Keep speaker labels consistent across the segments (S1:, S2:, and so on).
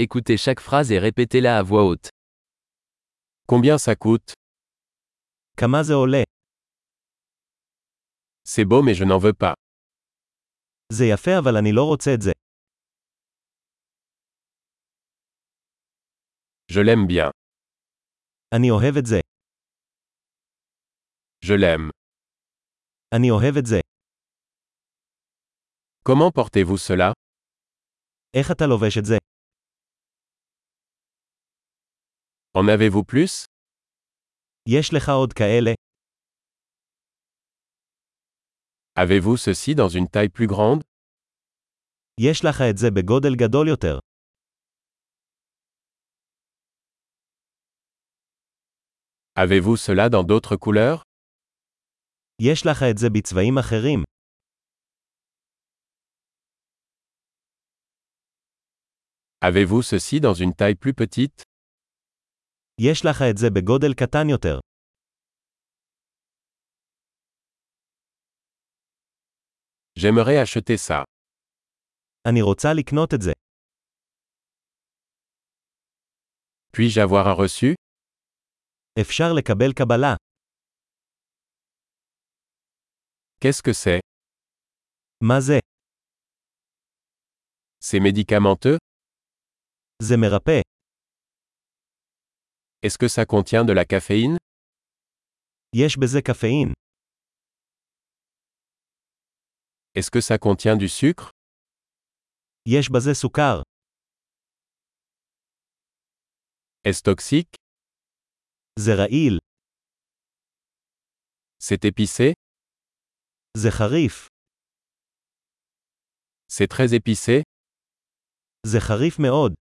S1: Écoutez chaque phrase et répétez-la à voix haute.
S2: Combien ça coûte
S3: כמה זה עולה?
S2: C'est beau mais je n'en veux pas.
S3: זה יפה אבל אני לא רוצה את זה.
S2: Je l'aime bien.
S3: אני אוהב את זה.
S2: Je l'aime.
S3: אני אוהב את זה.
S2: Comment portez-vous cela
S3: איך אתה לובש את זה?
S2: En avez-vous plus
S3: יש לך עוד כאלה?
S2: Avez-vous ceci dans une taille plus grande
S3: יש לך את זה בגודל גדול יותר.
S2: Avez-vous cela dans d'autres couleurs
S3: יש לך את זה בצבעים אחרים.
S2: Avez-vous ceci dans une taille plus petite
S3: יש לך את זה בגודל קטן יותר.
S2: J'aimerais acheter ça.
S3: אני רוצה לקנות את זה.
S2: Puis-je avoir un reçu
S3: אפשר לקבל קבלה.
S2: Qu'est-ce que c'est
S3: מה זה?
S2: C'est médicamenteux
S3: זה מרפא.
S2: Est-ce que ça contient de la caféine
S3: יש בזה קפאין.
S2: Est-ce que ça contient du sucre
S3: יש בזה סוכר.
S2: Est-ce toxique
S3: זה רעיל.
S2: C'est épicé
S3: זה חריף.
S2: C'est très épicé
S3: זה חריף מאוד.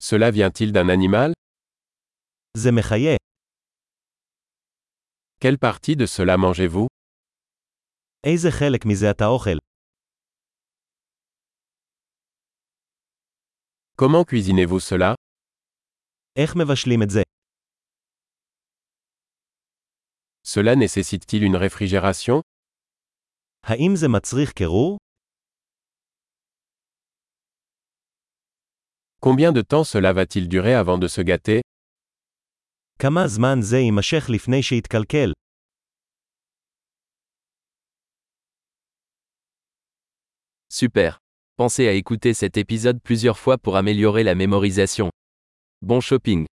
S2: Cela vient-il d'un animal
S3: זה מחיה.
S2: Quelle partie de cela mangez-vous
S3: איזה חלק מזה אתה אוכל?
S2: Comment cuisinez-vous cela
S3: איך מבשלים את זה?
S2: Cela nécessite-t-il une réfrigération
S3: האם זה מצריך קירור?
S2: Combien de temps cela va-t-il durer avant de se gâter
S3: כמה זמן זה יימשך לפני שיתקלקל?
S1: Super. Pensez à écouter cet épisode plusieurs fois pour améliorer la mémorisation. Bon shopping.